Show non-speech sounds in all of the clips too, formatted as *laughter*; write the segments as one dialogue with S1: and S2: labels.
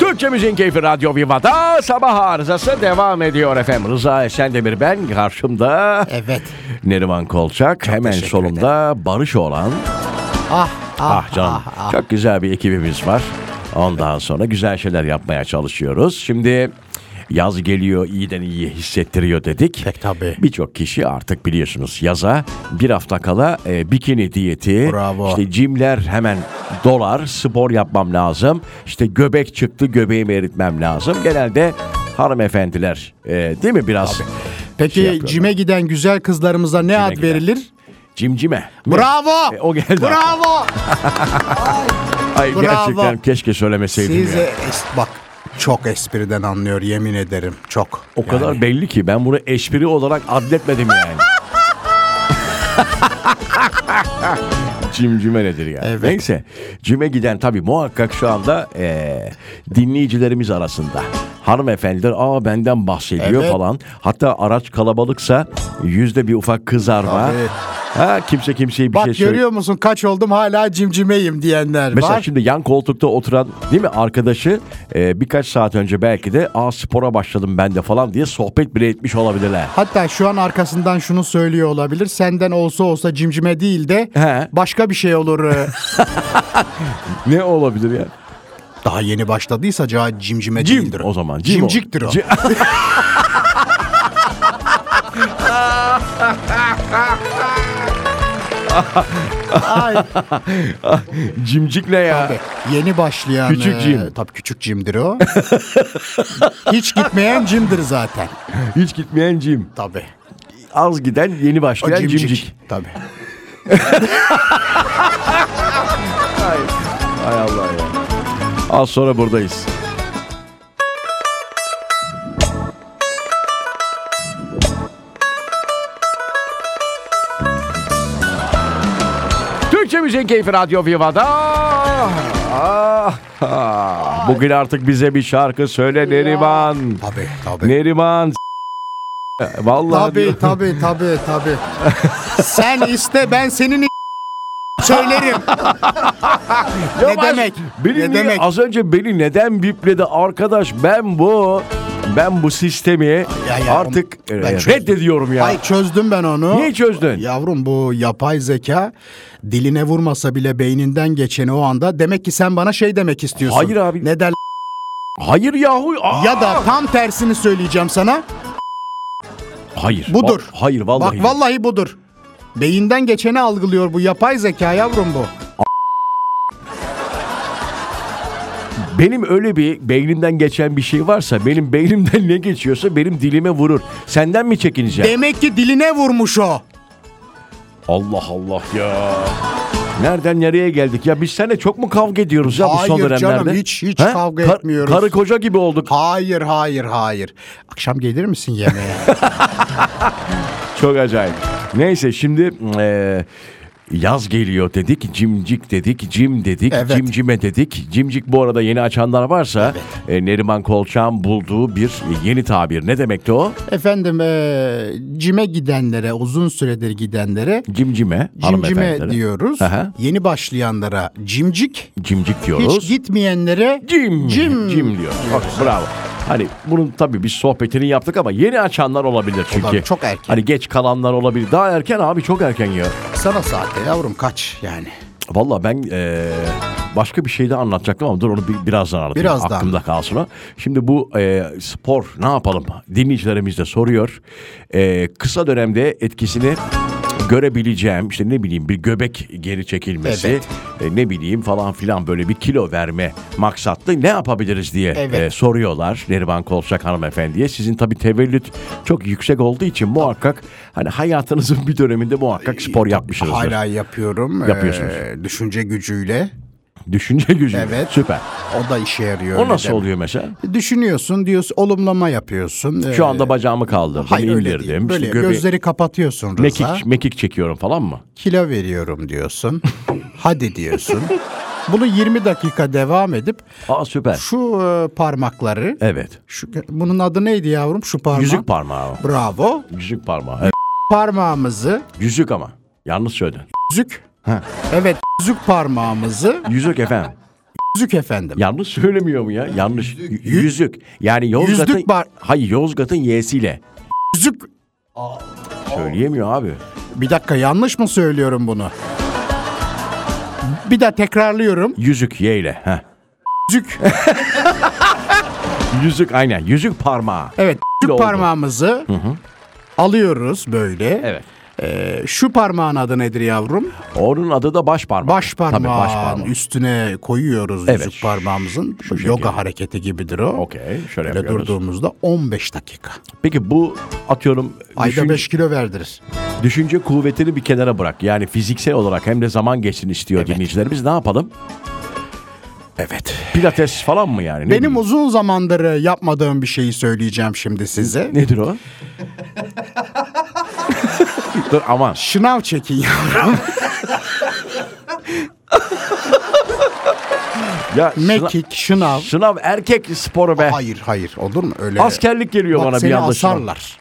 S1: Türkçe Müziğin Keyfi Radyo Viva'da sabah arızası devam ediyor efendim. Rıza Esendemir ben karşımda
S2: Evet.
S1: Neriman Kolçak hemen
S2: teşekkür
S1: solumda Barış olan
S2: Ah ah,
S1: ah canım
S2: ah, ah.
S1: çok güzel bir ekibimiz var. Ondan sonra güzel şeyler yapmaya çalışıyoruz. Şimdi yaz geliyor iyiden iyi hissettiriyor dedik.
S2: Pek tabii.
S1: Birçok kişi artık biliyorsunuz yaza bir hafta kala e, bikini diyeti,
S2: Bravo.
S1: işte cimler hemen dolar, spor yapmam lazım, işte göbek çıktı göbeğimi eritmem lazım. Genelde hanımefendiler e, değil mi biraz şey
S2: Peki
S1: yapıyorlar.
S2: cime giden güzel kızlarımıza ne ad
S1: giden.
S2: verilir?
S1: cimcime. mi?
S2: Bravo.
S1: E, o geldi
S2: Bravo.
S1: Ay,
S2: bravo.
S1: gerçekten keşke söylemeseydim
S2: Siz
S1: Şey ya.
S2: e, es- bak çok espriden anlıyor yemin ederim çok.
S1: O kadar belli ki ben bunu espri olarak adletmedim
S2: *laughs*
S1: yani. Cimcime nedir ya?
S2: Evet.
S1: Neyse. Cime giden tabii muhakkak şu anda eee, dinleyicilerimiz arasında. Hanımefendiler aa benden bahsediyor
S2: Evet.
S1: falan. Hatta araç kalabalıksa yüzde bir ufak kızarma.
S2: Tabii.
S1: Ha, kimse kimseye bir
S2: Bak
S1: şey söylüyor.
S2: görüyor musun kaç oldum hala cimcimeyim diyenler
S1: Mesela
S2: var.
S1: şimdi yan koltukta oturan değil mi arkadaşı e, birkaç saat önce belki de aa spora başladım ben de falan diye sohbet bile etmiş olabilirler.
S2: Hatta şu an arkasından şunu söylüyor olabilir. Senden olsa olsa cimcime değil de
S1: He.
S2: başka bir şey
S1: *laughs*
S2: olur. e.
S1: Ne olabilir ya?
S2: Daha yeni başladıysa ca- cimcime değildir.
S1: O zaman cim *laughs*
S2: Cimciktir o.
S1: Ci-
S2: Ay.
S1: Cimcik ne ya?
S2: Tabii. Yeni başlayan
S1: Küçük
S2: e,
S1: cim.
S2: tabii küçük cimdir o. Hiç gitmeyen cimdir zaten.
S1: Hiç gitmeyen cim.
S2: Tabii.
S1: Az giden yeni
S2: O
S1: başlayan
S2: cimcik.
S1: cimcik.
S2: Tabii.
S1: Hay Allah ya. Az sonra buradayız. Türkçe Müziğin Keyfi Radyo Viva'da. Ah, ah. Bugün artık bize bir şarkı söyle Neriman.
S2: Tabii tabii.
S1: Neriman. s- Vallahi diyor.
S2: Tabii tabii tabii tabii. Sen iste ben senin söylerim. ne
S1: Yavaş.
S2: demek?
S1: Beni
S2: ne
S1: niye-
S2: demek?
S1: Az önce beni neden bipledi arkadaş? Ben bu ben bu sistemi
S2: Ya, ya,
S1: artık
S2: ben
S1: e,
S2: çözdüm.
S1: reddediyorum ya.
S2: Ay çözdüm ben onu.
S1: Niye çözdün?
S2: Yavrum bu yapay zeka diline vurmasa bile beyninden geçeni o anda. Demek ki sen bana şey demek istiyorsun.
S1: Hayır abi.
S2: Ne der?
S1: Hayır yahu. Aa!
S2: Ya da tam tersini söyleyeceğim sana.
S1: hayır.
S2: budur.
S1: Va- hayır vallahi.
S2: Bak vallahi budur. Beyinden geçeni algılıyor bu yapay zeka yavrum bu.
S1: Benim öyle bir beynimden geçen bir şey varsa benim beynimden ne geçiyorsa benim dilime vurur. Senden mi çekineceğim?
S2: Demek ki diline vurmuş o.
S1: Allah Allah ya. Nereden nereye geldik ya? Biz seninle çok mu kavga ediyoruz ya bu son
S2: Hayır
S1: dönemlerde?
S2: canım, hiç- hiç kavga etmiyoruz.
S1: Karı koca gibi olduk.
S2: Hayır hayır hayır. Akşam gelir
S1: *laughs*
S2: misin yemeğe?
S1: Çok acayip. Neyse şimdi eee, yaz geliyor dedik, cimcik dedik, cim dedik,
S2: Evet.
S1: cimcime dedik. Cimcik bu arada yeni açanlar varsa e, Neriman Kolçak'ın bulduğu bir yeni tabir. Ne demekti o?
S2: Efendim eee, cime gidenlere uzun süredir gidenlere
S1: Cimcime.
S2: cimcime
S1: hanımefendilere.
S2: diyoruz.
S1: Aha.
S2: Yeni başlayanlara cimcik.
S1: Cimcik
S2: Hiç
S1: diyoruz.
S2: gitmeyenlere
S1: cim.
S2: Cim.
S1: Cim diyor. Bak, bravo. Hani bunun tabii biz sohbetini yaptık ama yeni açanlar olabilir çünkü.
S2: Olabilir, çok erken.
S1: Hani geç kalanlar olabilir. Daha erken abi çok erken ya.
S2: sana saatte yavrum kaç yani.
S1: Valla ben eee, başka bir şey de anlatacaktım ama dur onu bir, birazdan anlatayım.
S2: Birazdan.
S1: Aklımda kalsın o. Şimdi bu eee, spor ne yapalım? Dinleyicilerimiz de soruyor. Eee, kısa dönemde etkisini görebileceğim işte ne bileyim bir göbek geri çekilmesi
S2: Evet.
S1: e, ne bileyim falan filan böyle bir kilo verme maksatlı ne yapabiliriz diye
S2: Evet.
S1: e, soruyorlar Neriman Kolçak hanımefendiye. Sizin tabii tevellüt çok yüksek olduğu için muhakkak hani hayatınızın bir döneminde muhakkak spor yapmışsınızdır.
S2: Hala yapıyorum.
S1: Yapıyorsunuz.
S2: eee, düşünce gücüyle.
S1: Düşünce gücü.
S2: Evet.
S1: Süper.
S2: O da işe yarıyor.
S1: O
S2: öyle
S1: nasıl
S2: deme.
S1: oluyor mesela?
S2: Düşünüyorsun diyorsun olumlama yapıyorsun. Eee,
S1: Şu anda bacağımı kaldırdım,
S2: Ee, hayır öyle
S1: indirdim.
S2: değil. Böyle
S1: işte göbeği-
S2: gözleri kapatıyorsun Rıza.
S1: mekik, mekik çekiyorum falan mı?
S2: kilo veriyorum diyorsun. Hadi diyorsun. Bunu 20 dakika devam edip
S1: Aa süper.
S2: şu e, parmakları
S1: Evet.
S2: şu bunun adı neydi yavrum şu parmak?
S1: Yüzük parmağı. o.
S2: Bravo.
S1: Yüzük parmağı. Evet.
S2: Parmağımızı
S1: Yüzük ama. Yanlış söyledin.
S2: yüzük.
S1: Ha.
S2: Evet yüzük parmağımızı
S1: Yüzük efendim.
S2: Yüzük efendim.
S1: Yanlış söylemiyor mu ya? Yanlış. Y- Yüzük. Yani Yozgat'ın...
S2: Yüzlük bar-
S1: Hayır Yozgat'ın Y'siyle.
S2: Yüzük.
S1: Söyleyemiyor abi.
S2: Bir dakika yanlış mı söylüyorum bunu? Bir daha tekrarlıyorum.
S1: Yüzük Y ile. Heh.
S2: Yüzük.
S1: Yüzük aynen. Yüzük parmağı.
S2: Evet. Yüzük
S1: oldu.
S2: parmağımızı alıyoruz böyle.
S1: Evet.
S2: Ee, şu parmağın adı nedir yavrum?
S1: Onun adı da baş parmak.
S2: Baş parmağın
S1: Tabii baş parmak.
S2: üstüne koyuyoruz
S1: Evet.
S2: yüzük parmağımızın.
S1: şekilde.
S2: yoga hareketi gibidir o.
S1: Okey. Şöyle
S2: Böyle
S1: yapıyoruz.
S2: durduğumuzda 15 dakika.
S1: Peki bu atıyorum
S2: Ayda
S1: düşün-
S2: 5 kilo verdirir.
S1: düşünce kuvvetini bir kenara bırak. Yani fiziksel olarak hem de zaman geçsin istiyor dinleyicilerimiz. Ne yapalım?
S2: Evet.
S1: Pilates falan mı yani? Ne
S2: Benim
S1: bileyim?
S2: uzun zamandır e, yapmadığım bir şeyi söyleyeceğim şimdi size.
S1: Nedir
S2: *laughs*
S1: o? Dur aman.
S2: Şınav çekin yavrum.
S1: Ya sınav,
S2: Mekik, şınav.
S1: sınav erkek sporu be.
S2: Hayır hayır olur mu öyle?
S1: Askerlik geliyor
S2: Bak,
S1: bana bir
S2: seni
S1: anda. sınav.
S2: asarlar.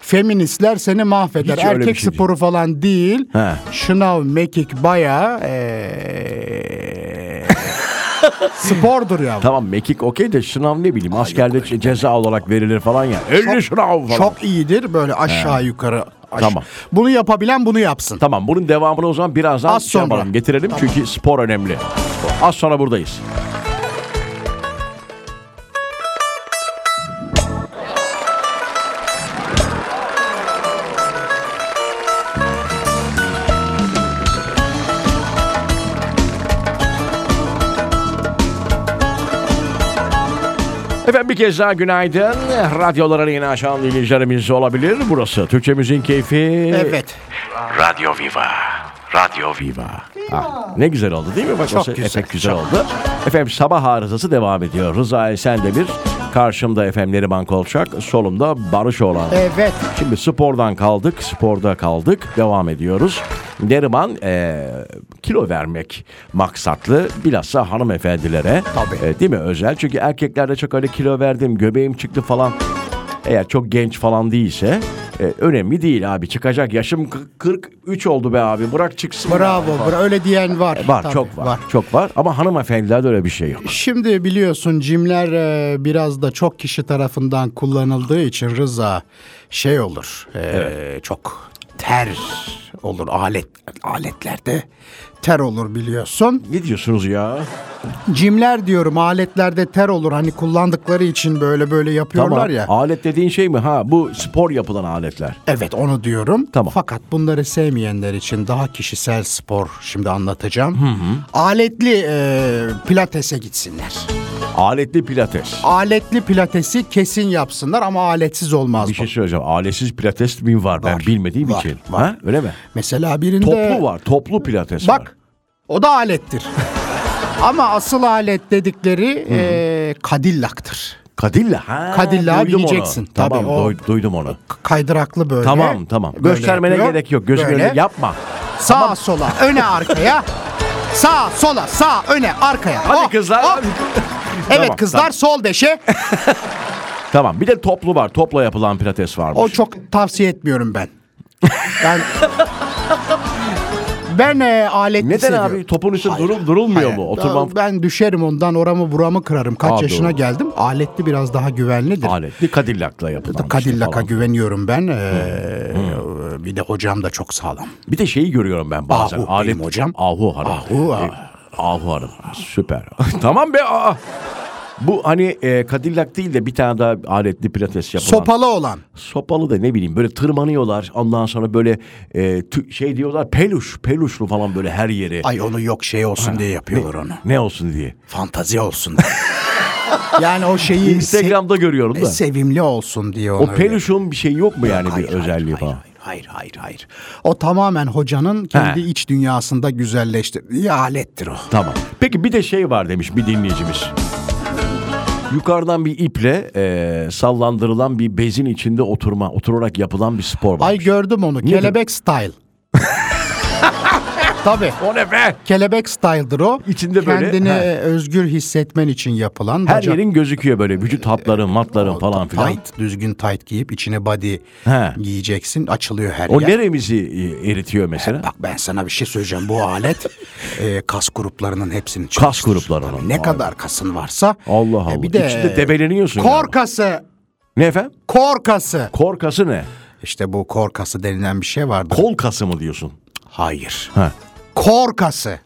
S2: Feministler seni mahveder.
S1: Hiç öyle bir
S2: Erkek
S1: şey
S2: sporu falan değil.
S1: He.
S2: Şınav, mekik
S1: *laughs*
S2: bayağı eee, spordur yavrum.
S1: Tamam mekik okey de sınav ne bileyim askerde ce- ceza olarak verilir falan ya. 50 sınav falan.
S2: Çok iyidir böyle aşağı yukarı. aş-
S1: Tamam.
S2: Bunu yapabilen bunu yapsın.
S1: Tamam bunun devamını o zaman birazdan
S2: Az
S1: şey
S2: sonra.
S1: yapalım, getirelim çünkü spor önemli. Az sonra buradayız. Efendim bir kez daha günaydın. Radyolara yeni açan dinleyicilerimiz olabilir. Burası Türkçemizin keyfi.
S2: Evet.
S1: Radyo Viva. Radyo Viva. Ah, ne güzel oldu değil mi? Bak, çok
S2: güzel,
S1: Efekt güzel oldu. Efendim sabah arızası devam ediyor. Rıza Esendemir. Karşımda efendim Neriman Kolçak. Solumda Barış Oğlan.
S2: Evet.
S1: Şimdi spordan kaldık, sporda kaldık, devam ediyoruz. Neriman eee, kilo vermek maksatlı bilhassa hanımefendilere.
S2: Tabii.
S1: e, değil mi özel? Çünkü erkeklerde çok öyle kilo verdim, göbeğim çıktı falan. Eğer çok genç falan değilse e, önemli değil abi. Çıkacak yaşım kı- 43 oldu be abi. Bırak çıksın.
S2: Bravo. bra- öyle diyen var.
S1: Var
S2: Tabii,
S1: çok var, Çok var ama hanımefendilerde öyle bir şey yok.
S2: Şimdi biliyorsun cimler e, biraz da çok kişi tarafından kullanıldığı için Rıza şey olur. e, Çok ter olur alet aletlerde ter olur biliyorsun.
S1: Ne diyorsunuz ya?
S2: Cimler diyorum aletlerde ter olur hani kullandıkları için böyle böyle yapıyorlar
S1: Tamam.
S2: ya.
S1: Alet dediğin şey mi? Ha bu spor yapılan aletler.
S2: Evet onu diyorum.
S1: Tamam.
S2: Fakat bunları sevmeyenler için daha kişisel spor şimdi anlatacağım. Aletli e, pilatese gitsinler.
S1: Aletli pilates.
S2: Aletli pilatesi kesin yapsınlar ama aletsiz olmaz
S1: Bir
S2: bu.
S1: şey söyleyeceğim. Aletsiz pilates mi var, ben
S2: Var,
S1: bilmediğim
S2: var,
S1: için.
S2: var.
S1: Ha? Öyle mi?
S2: Mesela birinde
S1: Toplu var. Toplu pilates var.
S2: Bak o da alettir. *laughs* ama asıl alet dedikleri e, kadillaktır.
S1: Kadilla. Ha,
S2: Kadillağı
S1: duydum onu.
S2: bineceksin. Tabii,
S1: Tamam
S2: o-
S1: doy- duydum onu.
S2: K- Kaydıraklı böyle.
S1: Tamam tamam.
S2: Böyle
S1: Göstermene
S2: yapıyor.
S1: gerek yok. Gözü
S2: Böyle.
S1: böyle. yapma.
S2: Sağa sola
S1: *laughs*
S2: öne arkaya. Sağa sola sağ öne arkaya.
S1: Hadi
S2: Hop,
S1: kızlar. *laughs*
S2: hop.
S1: hadi.
S2: Evet
S1: Tamam,
S2: kızlar
S1: Tamam.
S2: sol beşe.
S1: Tamam. Bir de toplu var. Topla yapılan pilates varmış.
S2: O çok tavsiye
S1: *laughs*
S2: etmiyorum ben. Ben ben e, aletli
S1: Neden
S2: seviyorum.
S1: abi? Topun üstünde
S2: Hayır,
S1: durul- durulmuyor
S2: hayır.
S1: mu? Oturmam
S2: Ben düşerim ondan oramı buramı kırarım. Kaç
S1: Aa,
S2: yaşına
S1: doğru.
S2: geldim? Aletli biraz daha güvenlidir.
S1: aletli Kadillak'la yapılan. işte
S2: Kadillak'a
S1: falan.
S2: güveniyorum ben. Ee, Bir de hocam da çok sağlam.
S1: Bir de şeyi görüyorum ben bazen.
S2: Ahu benim hocam.
S1: Ahu Hanım.
S2: Ahu,
S1: E,
S2: ah.
S1: Ahu Hanım. Süper. *laughs* tamam be. Aa. Bu hani e, Cadillac değil de bir tane daha aletli pilates yapılan.
S2: Sopalı olan.
S1: Sopalı da ne bileyim böyle tırmanıyorlar. Ondan sonra böyle e, tü- şey diyorlar peluş. Peluşlu falan böyle her yeri.
S2: Ay E, onu yok şey olsun diye yapıyorlar onu.
S1: Ne olsun diye.
S2: Fantazi olsun *laughs* diye. yani o şeyi
S1: Instagram'da görüyorum
S2: e, se-
S1: da.
S2: sevimli olsun diye onu.
S1: O
S2: öyle-
S1: peluşun bir şey yok mu yani
S2: Hayır,
S1: bir
S2: hayır,
S1: özelliği
S2: hayır,
S1: falan?
S2: Hayır, hayır, hayır, hayır. O tamamen hocanın kendi iç dünyasında güzelleştirdiği alettir o.
S1: Tamam. Peki bir de şey var demiş bir dinleyicimiz. Yukarıdan bir iple e, sallandırılan bir bezin içinde oturma, oturarak yapılan bir spor var. *laughs*
S2: Ay gördüm onu. Kelebek style. Tabii.
S1: O ne be?
S2: Kelebek style'dır o.
S1: İçinde böyle,
S2: Kendini
S1: he.
S2: özgür hissetmen için yapılan.
S1: Her
S2: bacak-
S1: yerin gözüküyor böyle vücut hatların, matların falan filan.
S2: Tight, düzgün tight giyip içine body
S1: He.
S2: giyeceksin. Açılıyor her
S1: O
S2: yer.
S1: neremizi e, eritiyor mesela?
S2: Bak ben sana bir şey söyleyeceğim.
S1: *laughs*
S2: Bu alet e, kas gruplarının hepsini çalıştırır.
S1: Kas gruplarının.
S2: Ne
S1: Vay.
S2: kadar kasın varsa.
S1: Allah Allah.
S2: E, bir de
S1: İçinde debeleniyorsun. yani.
S2: korkası.
S1: Ne efendim?
S2: Korkası.
S1: Korkası ne?
S2: İşte bu korkası denilen bir şey vardı.
S1: Kol kası mı diyorsun?
S2: Hayır.
S1: Ha.
S2: Korkası.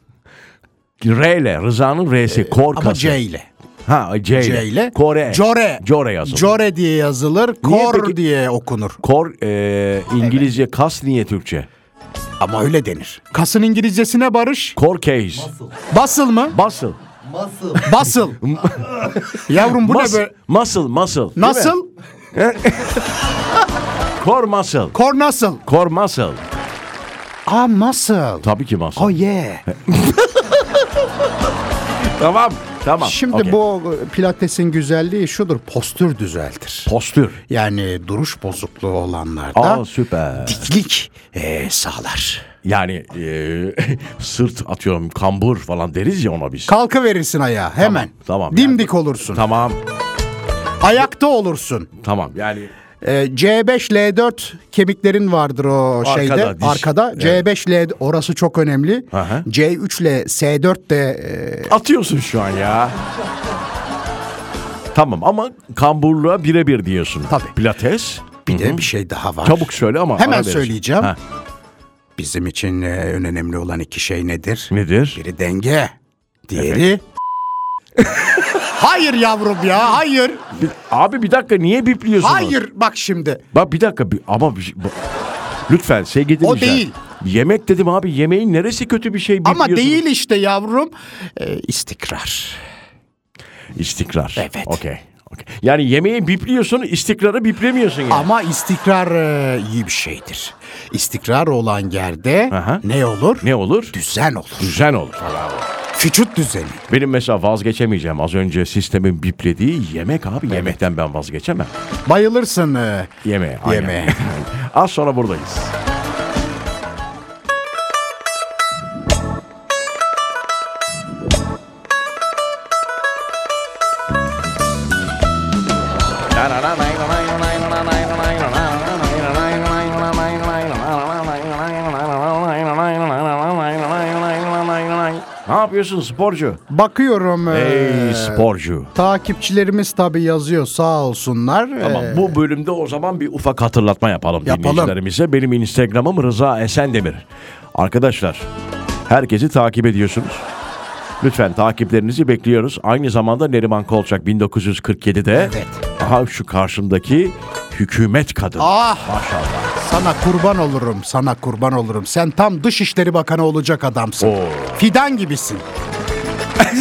S1: R ile Rıza'nın R'si korkası.
S2: E, Ama C ile.
S1: Ha C ile.
S2: C ile.
S1: Kore.
S2: Core.
S1: Core yazılır.
S2: Core diye yazılır.
S1: Niye
S2: Kor
S1: peki-
S2: diye okunur.
S1: Kor e, İngilizce kas niye Türkçe?
S2: Ama öyle denir. Kasın İngilizcesine barış.
S1: Kor case.
S2: Basıl mı?
S1: Basıl.
S3: Nasıl?
S2: *laughs* Basıl. Yavrum bu ne
S1: Mas-
S2: böyle?
S1: Muscle, muscle. Değil mi?
S2: Nasıl?
S1: Kor muscle.
S2: Kor nasıl?
S1: Kor muscle.
S2: Aa nasıl?
S1: Tabii ki muscle.
S2: Oh yeah.
S1: Tamam. Tamam.
S2: Şimdi
S1: Okey.
S2: bu pilatesin güzelliği şudur. Postür düzeltir.
S1: postür.
S2: Yani duruş bozukluğu olanlarda
S1: Aa süper.
S2: diklik eee, sağlar.
S1: Yani e, *laughs* sırt atıyorum kambur falan deriz ya ona biz.
S2: Kalkı verirsin ayağa hemen.
S1: tamam.
S2: Dimdik olursun.
S1: tamam.
S2: Ayakta olursun.
S1: Tamam. Yani
S2: Ee, C5 L4 kemiklerin vardır o
S1: Arkada,
S2: şeyde
S1: diş.
S2: arkada. C5 L orası çok önemli.
S1: Aha.
S2: C3 ile S4 de e,
S1: atıyorsun şu an ya. tamam ama kamburluğa birebir diyorsun.
S2: Tabii.
S1: Pilates.
S2: bir de bir şey daha var.
S1: Çabuk söyle ama.
S2: Hemen
S1: ara veririz.
S2: söyleyeceğim.
S1: Ha,
S2: Bizim için e, en önemli olan iki şey nedir?
S1: nedir?
S2: Biri denge, diğeri *laughs* Hayır yavrum ya, hayır.
S1: Bir- abi bir dakika niye bipliyorsunuz?
S2: Hayır bak şimdi.
S1: Bak bir dakika bir, ama bir, şey, bu- lütfen sevgili
S2: O
S1: dinleyiciler.
S2: değil.
S1: Yemek dedim abi yemeğin neresi kötü bir şey
S2: Ama
S1: bipliyorsunuz?
S2: değil işte yavrum. Ee, istikrar.
S1: İstikrar.
S2: Evet.
S1: Okey. okey. Yani yemeği bipliyorsun istikrarı biplemiyorsun yani.
S2: Ama istikrar e, iyi bir şeydir. İstikrar olan yerde
S1: Aha.
S2: ne olur?
S1: Ne olur?
S2: Düzen olur.
S1: Düzen olur.
S2: Vücut düzeni.
S1: Benim mesela vazgeçemeyeceğim az önce sistemin biplediği yemek abi. Yemekten ben vazgeçemem.
S2: Bayılırsın. e,
S1: Yemeğe. aynen.
S2: Yemeğe.
S1: *laughs* az sonra buradayız. Ne yapıyorsun sporcu?
S2: Bakıyorum. e,
S1: Ey sporcu.
S2: Takipçilerimiz tabii yazıyor sağ olsunlar. E,
S1: Tamam bu bölümde o zaman bir ufak hatırlatma yapalım,
S2: Yapalım.
S1: dinleyicilerimize. Benim Instagram'ım Rıza Esendemir. Arkadaşlar herkesi takip ediyorsunuz. Lütfen takiplerinizi bekliyoruz. Aynı zamanda Neriman Kolçak 1947'de
S2: Evet.
S1: aha şu karşımdaki hükümet kadını.
S2: Ah
S1: Maşallah.
S2: sana kurban olurum, sana kurban olurum. Sen tam Dışişleri Bakanı olacak adamsın.
S1: Oo.
S2: Fidan gibisin.
S1: *laughs*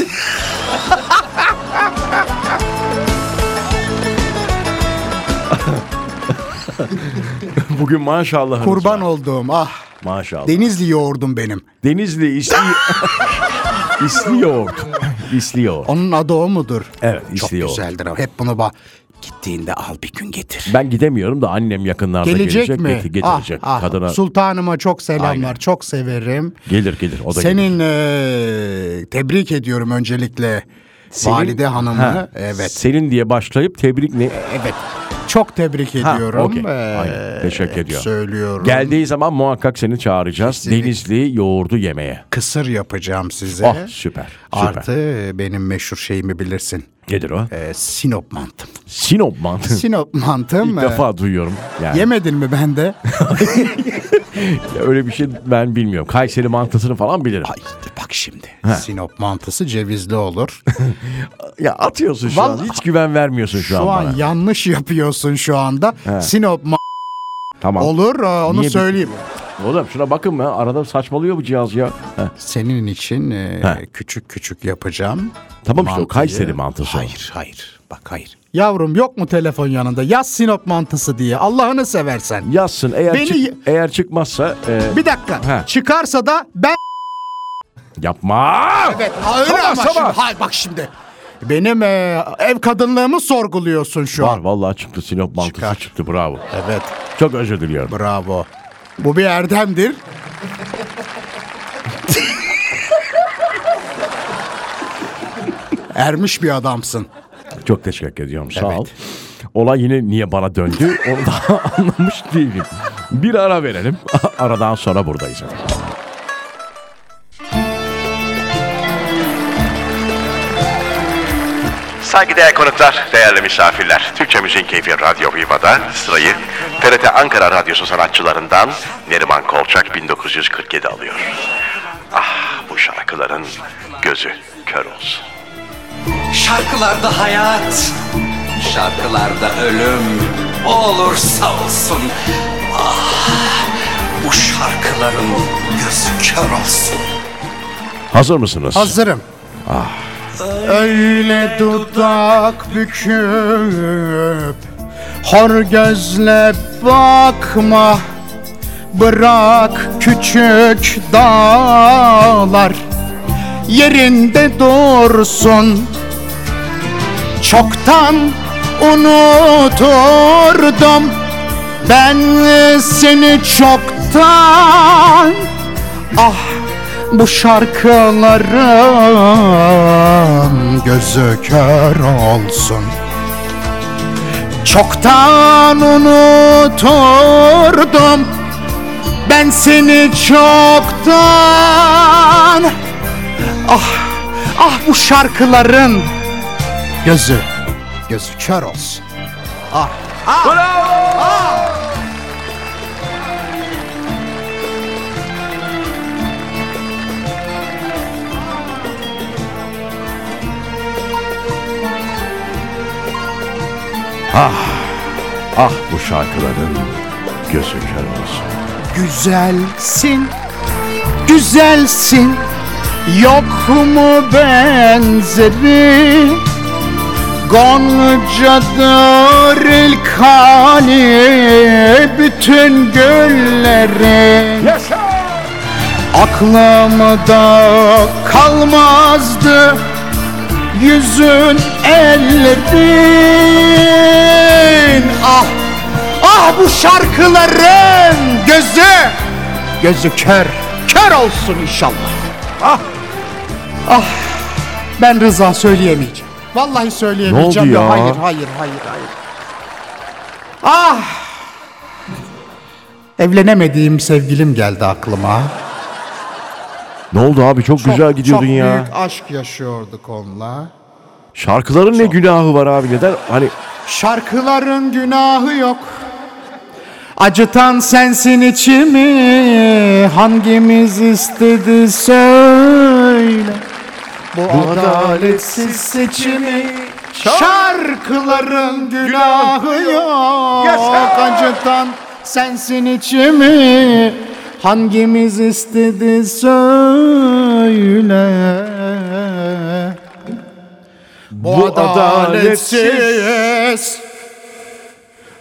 S1: Bugün maşallah.
S2: Kurban olduğum ah.
S1: Maşallah.
S2: Denizli yoğurdum benim.
S1: Denizli isli...
S2: *laughs*
S1: isli yoğurt. İsli yoğurt.
S2: Onun adı o mudur?
S1: Evet,
S2: Çok
S1: istiyor.
S2: güzeldir ama hep bunu bak. Gittiğinde al bir gün getir.
S1: Ben gidemiyorum da annem yakınlarda
S2: Gelecek,
S1: gelecek.
S2: mi?
S1: get- Getirecek.
S2: Ah, ah.
S1: Kadına
S2: Sultanıma çok selamlar.
S1: Aynen.
S2: Çok severim.
S1: gelir gelir. O da gelir.
S2: Senin eee, tebrik ediyorum öncelikle
S1: Senin-
S2: valide hanımı.
S1: Ha,
S2: Evet.
S1: Senin diye başlayıp tebrik ne?
S2: Evet. Çok tebrik
S1: Ha,
S2: ediyorum.
S1: okey.
S2: Eee,
S1: Aynen, Teşekkür ediyorum.
S2: Söylüyorum.
S1: Geldiği zaman muhakkak seni çağıracağız. Denizli yoğurdu yemeye.
S2: Kısır yapacağım size.
S1: Ah süper. süper.
S2: Artı benim meşhur şeyimi bilirsin.
S1: Nedir o?
S2: Eee, Sinop mantım.
S1: Sinop mantığı.
S2: Sinop mantım.
S1: İlk
S2: eee,
S1: defa duyuyorum. Yani
S2: Yemedin mi
S1: *laughs*
S2: ben de?
S1: öyle bir şey ben bilmiyorum. Kayseri mantısını falan bilirim.
S2: Ay, bak şimdi. Sinop mantısı cevizli olur.
S1: Ya atıyorsun şu an.
S2: Vallahi-
S1: Hiç güven vermiyorsun *laughs* şu,
S2: Şu
S1: an,
S2: an
S1: bana.
S2: yanlış yapıyorsun şu anda. Sinop ma-
S1: Tamam.
S2: olur aa, onu
S1: Niye bir-
S2: söyleyeyim.
S1: Oğlum şuna bakın mı? Arada saçmalıyor bu cihaz ya. Heh.
S2: Senin için e,
S1: He.
S2: küçük küçük yapacağım.
S1: Tamam işte o
S2: Mantıyı-
S1: Kayseri mantısı.
S2: Hayır hayır bak hayır. Yavrum yok mu telefon yanında? Yaz Sinop mantısı diye Allah'ını seversen.
S1: Yazsın eğer
S2: Beni-
S1: çık- eğer çıkmazsa e,
S2: Bir dakika
S1: He.
S2: çıkarsa da ben...
S1: yapma.
S2: Evet aa, öyle
S1: Sabah,
S2: ama
S1: sabah.
S2: şimdi hayır bak şimdi. Benim e, ev kadınlığımı sorguluyorsun şu
S1: Var
S2: an.
S1: vallahi çıktı Sinop mantısı
S2: Çıkar.
S1: çıktı bravo.
S2: Evet
S1: Çok özür diliyorum.
S2: *laughs* bravo. Bu bir erdemdir. Ermiş bir adamsın.
S1: Çok teşekkür ediyorum. Sağ ol. Olay yine niye bana döndü *laughs* onu da anlamış değilim. Bir ara verelim. *laughs* Aradan sonra buradayız. efendim.
S3: Saygıdeğer konuklar, değerli misafirler. Türkçe Müziğin Keyfi Radyo Viva'da sırayı TRT Ankara Radyosu sanatçılarından Neriman Kolçak 1947 alıyor. Ah bu şarkıların gözü kör olsun.
S4: Şarkılarda hayat, şarkılarda ölüm olursa olsun. Ah, bu şarkıların gözü kör olsun.
S1: Hazır mısınız?
S2: Hazırım. Ah. Öyle dudak büküp Hor gözle bakma Bırak küçük dağlar Yerinde dursun Çoktan unuturdum Ben seni çoktan Ah bu şarkıların gözü kör olsun Çoktan unuturdum ben seni çoktan Ah ah bu şarkıların gözü gözü kör olsun
S1: Ah bu şarkıların gözü kör olsun.
S2: Güzelsin, güzelsin Yok mu benzeri Goncadır ilk hali Bütün gülleri Aklımda kalmazdı Yüzün ellerin Ah Ah bu şarkıların gözü Gözü kör Kör olsun inşallah Ah Ah Ben Rıza söyleyemeyeceğim Vallahi söyleyemeyeceğim
S1: Ne oldu
S2: ya.
S1: ya?
S2: Hayır hayır hayır hayır Ah Evlenemediğim sevgilim geldi aklıma.
S1: Ne oldu abi çok, güzel
S2: Çok-
S1: gidiyordun
S2: çok
S1: ya.
S2: büyük aşk yaşıyorduk onunla.
S1: Şarkıların ne günahı var abi neden? Hani
S2: Şarkıların günahı yok. Acıtan sensin içimi hangimiz istedi söyle. Bu, adaletsiz seçimi şarkıların günahı yok. Acıtan sensin içimi hangimiz istedi söyle. Bu adaletsiz.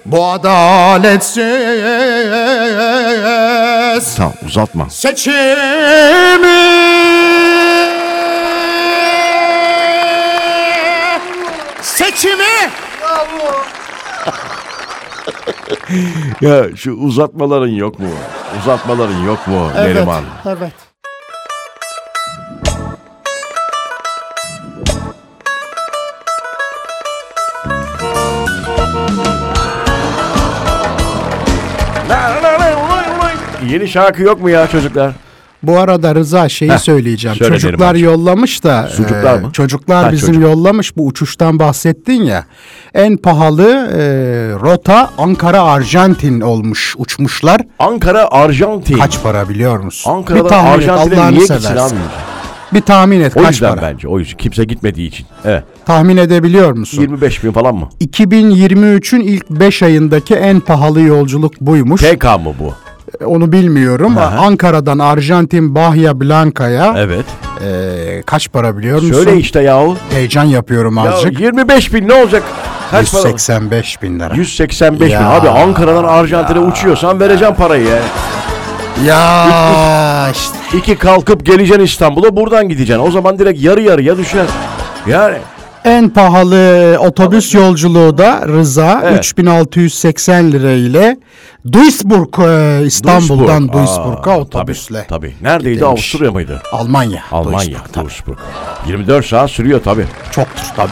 S2: Bu adaletsiz.
S1: tamam uzatma.
S2: Seçimi. Seçimi.
S1: Ya şu uzatmaların yok mu? Uzatmaların yok mu Neriman?
S2: Evet.
S1: Yeni şarkı yok mu ya çocuklar?
S2: Bu arada Rıza şeyi söyleyeceğim.
S1: söyle
S2: çocuklar
S1: Neriman'cığım.
S2: yollamış da.
S1: Sucuklar
S2: e,
S1: mı?
S2: Çocuklar
S1: Ha,
S2: bizim
S1: çocuk.
S2: yollamış bu uçuştan bahsettin ya. En pahalı e, rota Ankara Arjantin olmuş uçmuşlar.
S1: Ankara Arjantin.
S2: Kaç para biliyor musun? Bir
S1: Ankara'dan
S2: tahmin et,
S1: Arjantin'e
S2: Allah'ını
S1: niye gitsin
S2: seversen.
S1: abi?
S2: Bir tahmin et
S1: O
S2: kaç
S1: yüzden
S2: para?
S1: bence. O yüzden kimse gitmediği için. Evet.
S2: Tahmin edebiliyor musun?
S1: 25 bin falan mı?
S2: 2023'ün ilk 5 ayındaki en pahalı yolculuk buymuş. E,
S1: TK mı bu?
S2: Onu bilmiyorum. Ankara'dan Arjantin Bahia Blanca'ya
S1: Evet.
S2: e, kaç para biliyor musun?
S1: Söyle işte yahu.
S2: Heyecan yapıyorum
S1: Ya
S2: azıcık.
S1: 25 bin ne olacak? Kaç para?
S2: 185 bin lira.
S1: 185 bin.
S2: Ya.
S1: Abi Ankara'dan Arjantin'e uçuyorsan vereceğim parayı ya.
S2: Ya işte.
S1: İki kalkıp geleceksin İstanbul'a buradan gideceksin. O zaman direkt yarı yarıya düşer. Yani
S5: En pahalı otobüs yolculuğu da Rıza 3680 lira ile Duisburg e, İstanbul'dan
S1: Duisburg. Aa,
S5: Duisburg'a otobüsle.
S1: Tabii. tabii. Neredeydi?
S5: gidilmiş.
S1: Avusturya mıydı?
S5: Almanya.
S1: Almanya.
S5: Duisburg, tabii.
S1: Duisburg. 24 saat sürüyor tabii.
S5: Çoktur tabii.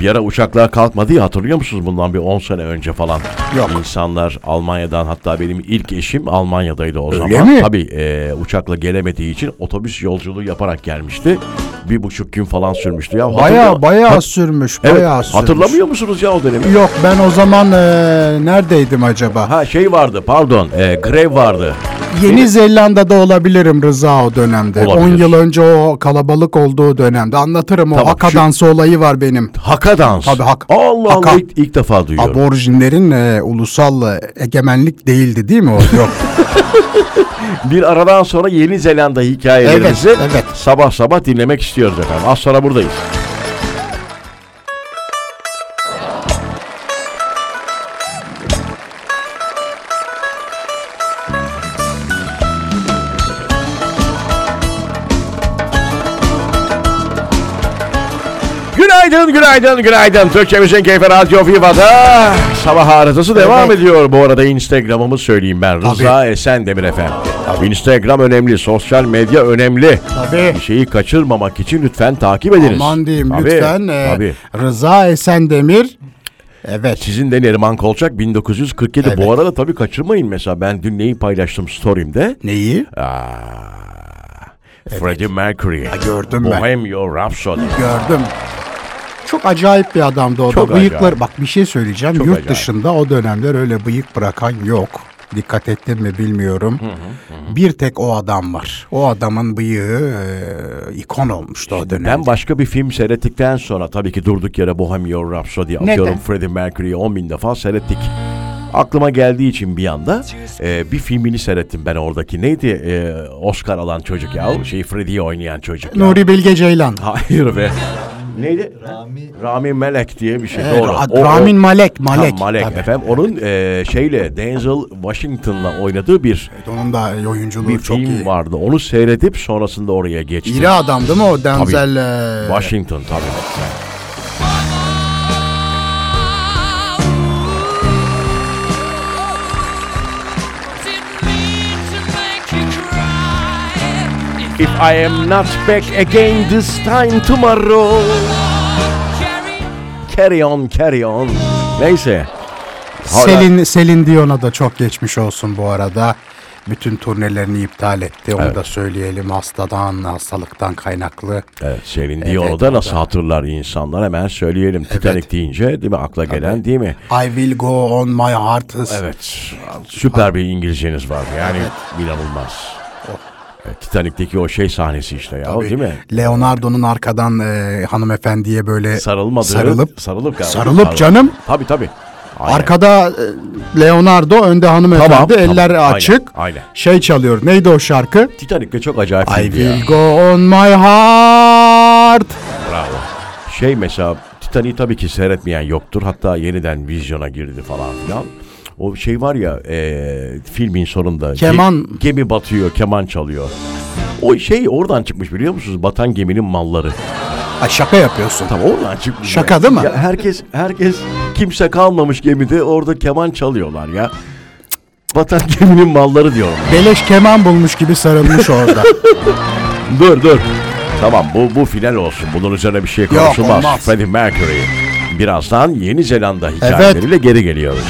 S1: Bir ara uçaklar kalkmadı ya hatırlıyor musunuz bundan bir 10 sene önce falan?
S5: Yok.
S1: İnsanlar Almanya'dan hatta benim ilk eşim Almanya'daydı o
S5: Öyle
S1: zaman.
S5: mi?
S1: Tabii e, uçakla gelemediği için otobüs yolculuğu yaparak gelmişti. Bir buçuk gün falan sürmüştü. ya.
S5: Baya
S1: Hatırla-
S5: baya
S1: Hat-
S5: sürmüş.
S1: Evet,
S5: Bayağı sürmüş.
S1: hatırlamıyor musunuz ya o dönemi?
S5: Yok ben o zaman e, neredeydim acaba?
S1: Ha şey vardı pardon e, grev vardı.
S5: Yeni Zelanda'da olabilirim Rıza o dönemde.
S1: Olabilir.
S5: 10 yıl önce o kalabalık olduğu dönemde. Anlatırım o
S1: Tamam,
S5: haka
S1: şu-
S5: dansı olayı var benim.
S1: Haka dans.
S5: Tabii, hak-
S1: Allah
S5: haka.
S1: Allah ilk, ilk defa duyuyorum.
S5: Aborjinlerin e, ulusal e, egemenlik değildi değil
S1: *laughs*
S5: mi o? Yok.
S1: Bir aradan sonra Yeni Zelanda hikayelerinizi
S5: Evet, evet.
S1: sabah sabah dinlemek istiyoruz efendim. Az sonra buradayız. Günaydın, günaydın, günaydın. Türkçemizin keyfi Radyo Viva'da sabah arızası devam ediyor. Bu arada Instagram'ımı söyleyeyim ben. Rıza Esen Demir efendim. Instagram önemli, sosyal medya önemli.
S5: Tabii.
S1: Bir şeyi kaçırmamak için lütfen takip ediniz.
S5: Aman diyeyim
S1: Tabii,
S5: lütfen. e,
S1: tabii.
S5: Rıza Esendemir. Evet.
S1: Sizin de Neriman Kolçak 1947.
S5: Evet.
S1: Bu arada tabii kaçırmayın mesela. Ben dün neyi paylaştım story'imde?
S5: Neyi?
S1: Aa, Freddie Mercury.
S5: gördüm ben.
S1: Bohemian Rhapsody.
S5: Gördüm. Çok acayip bir adamdı o
S1: Çok
S5: da. Bıyıkları
S1: acayip.
S5: bak bir şey söyleyeceğim. Yurt
S1: acayip.
S5: dışında o dönemler öyle bıyık bırakan yok. Dikkat ettin mi bilmiyorum. Bir tek o adam var. O adamın bıyığı e, ikon olmuştu o dönemde.
S1: Ben başka bir film seyrettikten sonra tabii ki durduk yere Bohemian Rhapsody atıyorum Freddie Mercury'yi 10 bin defa seyrettik. Aklıma geldiği için bir anda e, bir filmini seyrettim ben oradaki. Neydi e, Oscar alan çocuk ya? Şey Freddie'yi oynayan çocuk ya.
S5: Nuri Bilge Ceylan.
S1: Hayır
S5: *laughs*
S1: be. Neydi? Rami. Rami Melek diye bir şey.
S5: Evet,
S1: Doğru.
S5: Ad-
S1: O- o-
S5: Ramin Malek. Malek.
S1: Ha, Malek
S5: tabii.
S1: efendim. Onun e, şeyle Denzel Washington'la oynadığı bir
S5: Onun da oyunculuğu
S1: bir
S5: çok
S1: film
S5: iyi.
S1: vardı. Onu seyredip sonrasında oraya geçtim.
S5: İri adam değil mi o Denzel? e,
S1: Washington tabii. If I am not back again this time tomorrow. Carry on, carry on. Neyse. Hala-
S5: Selin, Selin Dion'a da çok geçmiş olsun bu arada. Bütün turnelerini iptal etti. Onu da söyleyelim hastadan, hastalıktan kaynaklı.
S1: Evet, Selin Dion'u da nasıl hatırlar insanlar hemen söyleyelim. Titanic deyince değil mi akla gelen değil mi?
S5: I will go on my heart.
S1: Evet. Süper bir İngilizceniz var. Yani inanılmaz.
S5: Oh.
S1: Evet, Titanic'teki o şey sahnesi işte ya değil mi?
S5: Leonardo'nun arkadan e, hanımefendiye böyle
S1: Sarılmadığı.
S5: sarılıp
S1: Sarılıp galiba.
S5: Sarılıp canım.
S1: Tabii tabii. Aynen.
S5: arkada e, Leonardo önde hanımefendi
S1: Tamam, tamam.
S5: eller
S1: Aynen,
S5: açık.
S1: aynen.
S5: Şey çalıyor. Neydi o şarkı?
S1: Titanic'te çok acayip
S5: I
S1: filmdi ya.
S5: will go on my heart.
S1: Bravo. Şey mesela Titanic'i tabii ki seyretmeyen yoktur. Hatta yeniden vizyona girdi falan filan. O şey var ya eee, filmin sonunda. ge-
S5: Keman.
S1: gemi batıyor, keman çalıyor. O şey oradan çıkmış biliyor musunuz? Batan geminin malları.
S5: Ay, şaka yapıyorsun.
S1: Tamam oradan çıkmış.
S5: Şaka
S1: ya.
S5: değil mi?
S1: Ya herkes, herkes kimse kalmamış gemide orada keman çalıyorlar ya. Cık, Batan geminin malları diyorum.
S5: Beleş keman bulmuş gibi
S1: *laughs*
S5: sarılmış orada.
S1: Dur dur. Tamam bu bu final olsun. Bunun üzerine bir şey konuşulmaz.
S5: olmaz.
S1: Freddie Mercury. Birazdan Yeni Zelanda hikayeleriyle geri geliyoruz.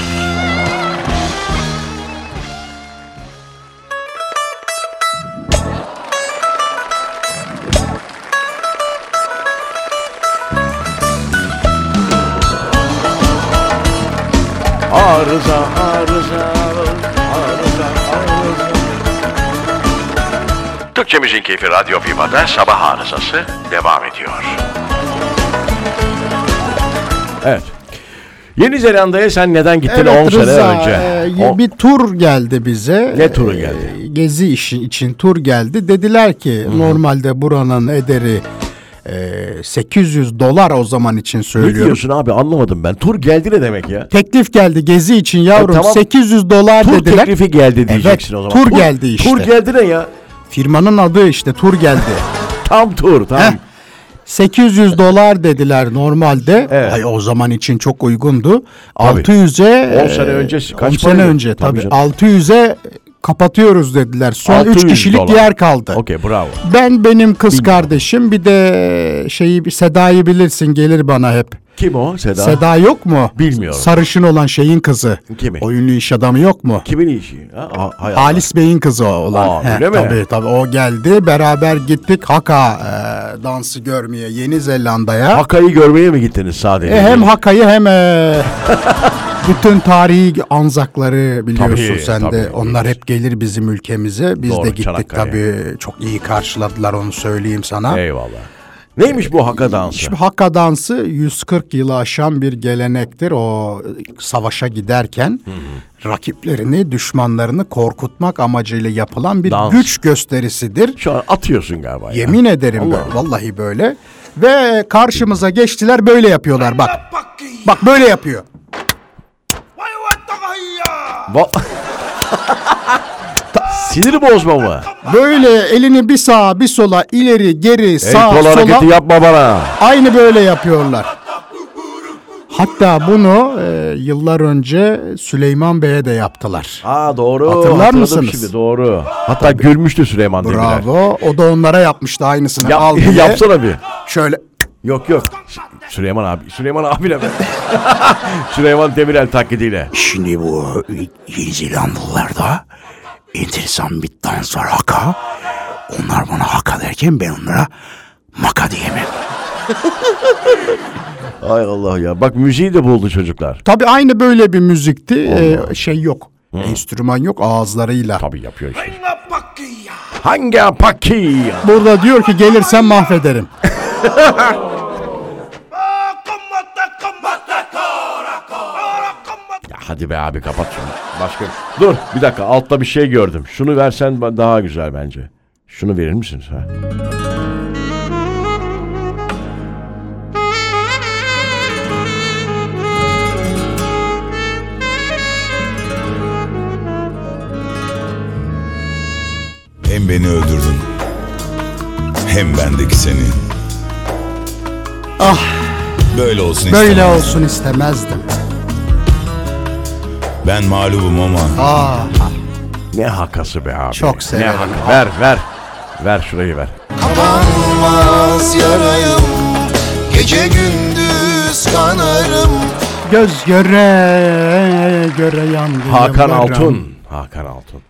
S1: Arıza, arıza, arıza, arıza.
S6: Türkçe Müziğin Keyfi Radyo Viva'da sabah arızası devam ediyor.
S1: Evet. Yeni Zelanda'ya sen neden gittin 10 sene önce?
S5: e,
S1: O-
S5: bir tur geldi bize.
S1: Ne turu geldi?
S5: E, Gezi işi için tur geldi. Dediler ki normalde buranın ederi e, 800 dolar o zaman için
S1: Ne
S5: söylüyorum.
S1: diyorsun abi anlamadım ben. Tur geldi ne demek ya?
S5: Teklif geldi gezi için yavrum
S1: E, tamam.
S5: 800 dolar
S1: Tur
S5: dediler.
S1: teklifi geldi diyeceksin
S5: Evet,
S1: o zaman.
S5: tur geldi işte.
S1: Tur geldi ne ya? *laughs*
S5: Firmanın adı işte tur geldi.
S1: Tam tur tam.
S5: Heh. 800 dolar dediler normalde.
S1: Evet.
S5: Ay, o zaman için çok uygundu. 600'e
S1: 10 sene önce kaç
S5: 10 sene
S1: paraydı?
S5: önce
S1: Tabii
S5: tabii.
S1: canım.
S5: 600'e kapatıyoruz dediler. Son 3
S1: 600
S5: kişilik
S1: dolar.
S5: yer kaldı.
S1: Okey bravo.
S5: Ben benim kız kardeşim bir de şeyi bir Seda'yı bilirsin gelir bana hep.
S1: Kim o Seda?
S5: Seda yok mu?
S1: Bilmiyorum.
S5: Sarışın olan şeyin kızı.
S1: Kimi?
S5: O ünlü iş adamı yok mu?
S1: Kimin işi? Ha, ha, hay Allah.
S5: Halis Bey'in kızı o olan.
S1: Aa, öyle mi?
S5: Tabii tabii o geldi. Beraber gittik Haka e, dansı görmeye Yeni Zelanda'ya.
S1: Hakayı görmeye mi gittiniz sadece?
S5: E, hem Haka'yı hem e, *laughs* bütün tarihi anzakları biliyorsun
S1: Tabii,
S5: sen
S1: tabii,
S5: de. Onlar
S1: biliyoruz.
S5: hep gelir bizim ülkemize. Biz
S1: Doğru,
S5: de gittik
S1: Çanakkale.
S5: tabii. Çok iyi karşıladılar onu söyleyeyim sana.
S1: Eyvallah. Neymiş bu haka dansı?
S5: Şimdi Hakka dansı 140 yılı aşan bir gelenektir. O e, savaşa giderken rakiplerini, düşmanlarını korkutmak amacıyla yapılan bir
S1: Dans.
S5: güç gösterisidir.
S1: Şu an atıyorsun galiba. ya.
S5: Yemin ederim
S1: Allah
S5: böyle,
S1: Allah.
S5: vallahi böyle. Ve karşımıza geçtiler böyle yapıyorlar bak. Bak böyle yapıyor.
S1: Va- *laughs* Ta- Sinir bozma mı?
S5: Böyle elini bir sağa bir sola ileri geri
S1: El
S5: sağa
S1: kol hareketi
S5: sola
S1: yapma bana.
S5: aynı böyle yapıyorlar. Hatta bunu e, yıllar önce Süleyman Bey'e de yaptılar.
S1: Aa doğru.
S5: Hatırlar
S1: Hatırladım
S5: mısınız?
S1: Şimdi doğru. Hatta gülmüştü Süleyman Demirel.
S5: Bravo. O da onlara yapmıştı aynısını.
S1: Yap- *laughs*
S5: Al diye.
S1: yapsana bir.
S5: Şöyle.
S1: Yok yok. Sü- Süleyman abi. Süleyman abiyle ben. *laughs* Süleyman Demirel taklidiyle.
S5: Şimdi bu Yeni Zelandalılarda enteresan bir dans var haka. Onlar bana haka derken ben onlara maka diyemem.
S1: Ay Allah ya. Bak müziği de buldu çocuklar.
S5: Tabii aynı böyle bir müzikti. Ee, şey yok. Enstrüman yok ağızlarıyla.
S1: Tabii yapıyor işte. Hangi apaki?
S5: Burada diyor ki gelirsen mahvederim.
S1: Ya hadi be abi kapat şunu. Başka Dur bir dakika altta bir şey gördüm. Şunu versen ba- daha güzel bence. Şunu verir misiniz ha?
S4: Hem beni öldürdün hem bendeki seni.
S5: Ah.
S4: Böyle olsun
S5: Böyle
S4: istemem.
S5: olsun istemezdim.
S4: Ben mağlubum ama
S5: Aa,
S1: Ne hakası be abi.
S5: Çok
S1: Ne
S5: severim.
S1: haka? Ver ver. Ver şurayı ver.
S7: Kapanmaz yarayım Gece gündüz kanarım
S5: göz göre göre yandım.
S1: Hakan
S5: yaram.
S1: Altun. Hakan Altun.